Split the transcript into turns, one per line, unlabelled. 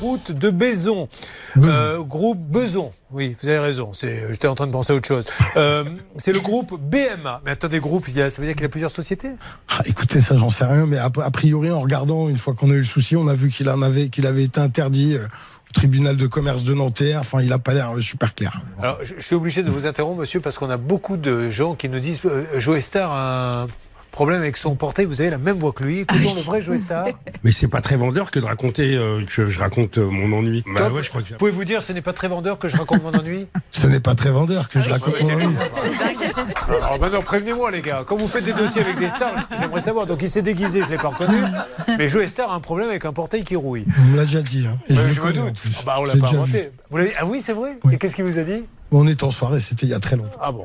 route de Bézon. Euh, groupe Beson, oui, vous avez raison, c'est- j'étais en train de penser à autre chose. Euh, c'est le groupe BMA. Mais attendez, groupe, il y a- ça veut dire qu'il y a plusieurs sociétés
Ah, écoutez, ça, j'en sais rien, mais a, a priori, en regardant, une fois qu'on a eu le souci, on a vu qu'il en avait, qu'il avait été interdit euh, au tribunal de commerce de Nanterre. Enfin, il a pas l'air euh, super clair.
Alors, je, je suis obligé de vous interrompre, monsieur, parce qu'on a beaucoup de gens qui nous disent euh, Joe Star a un problème avec son portail, vous avez la même voix que lui. Écoutons le vrai Joe Star.
Mais c'est pas très vendeur que de raconter euh, que je raconte euh, mon ennui. Bah
Top.
ouais, je crois que j'ai-
Pouvez-vous dire ce n'est pas très vendeur que je raconte mon ennui
Ce n'est pas très vendeur
Ah
que je raconte. oui.
Alors maintenant, prévenez-moi, les gars. Quand vous faites des dossiers avec des stars, j'aimerais savoir. Donc, il s'est déguisé, je ne l'ai pas reconnu. Mais Joe Star a un problème avec un portail qui rouille.
On me l'a déjà dit. hein. Et
Ouais,
le
je me
connais, en
doute.
plus.
Ah bah, on l'a
J'ai
pas
déjà vu.
inventé. Vous l'avez- Ah oui, c'est vrai
Oui.
Et qu'est-ce qu'il vous a dit
On était en soirée, c'était il y a très longtemps.
Ah bon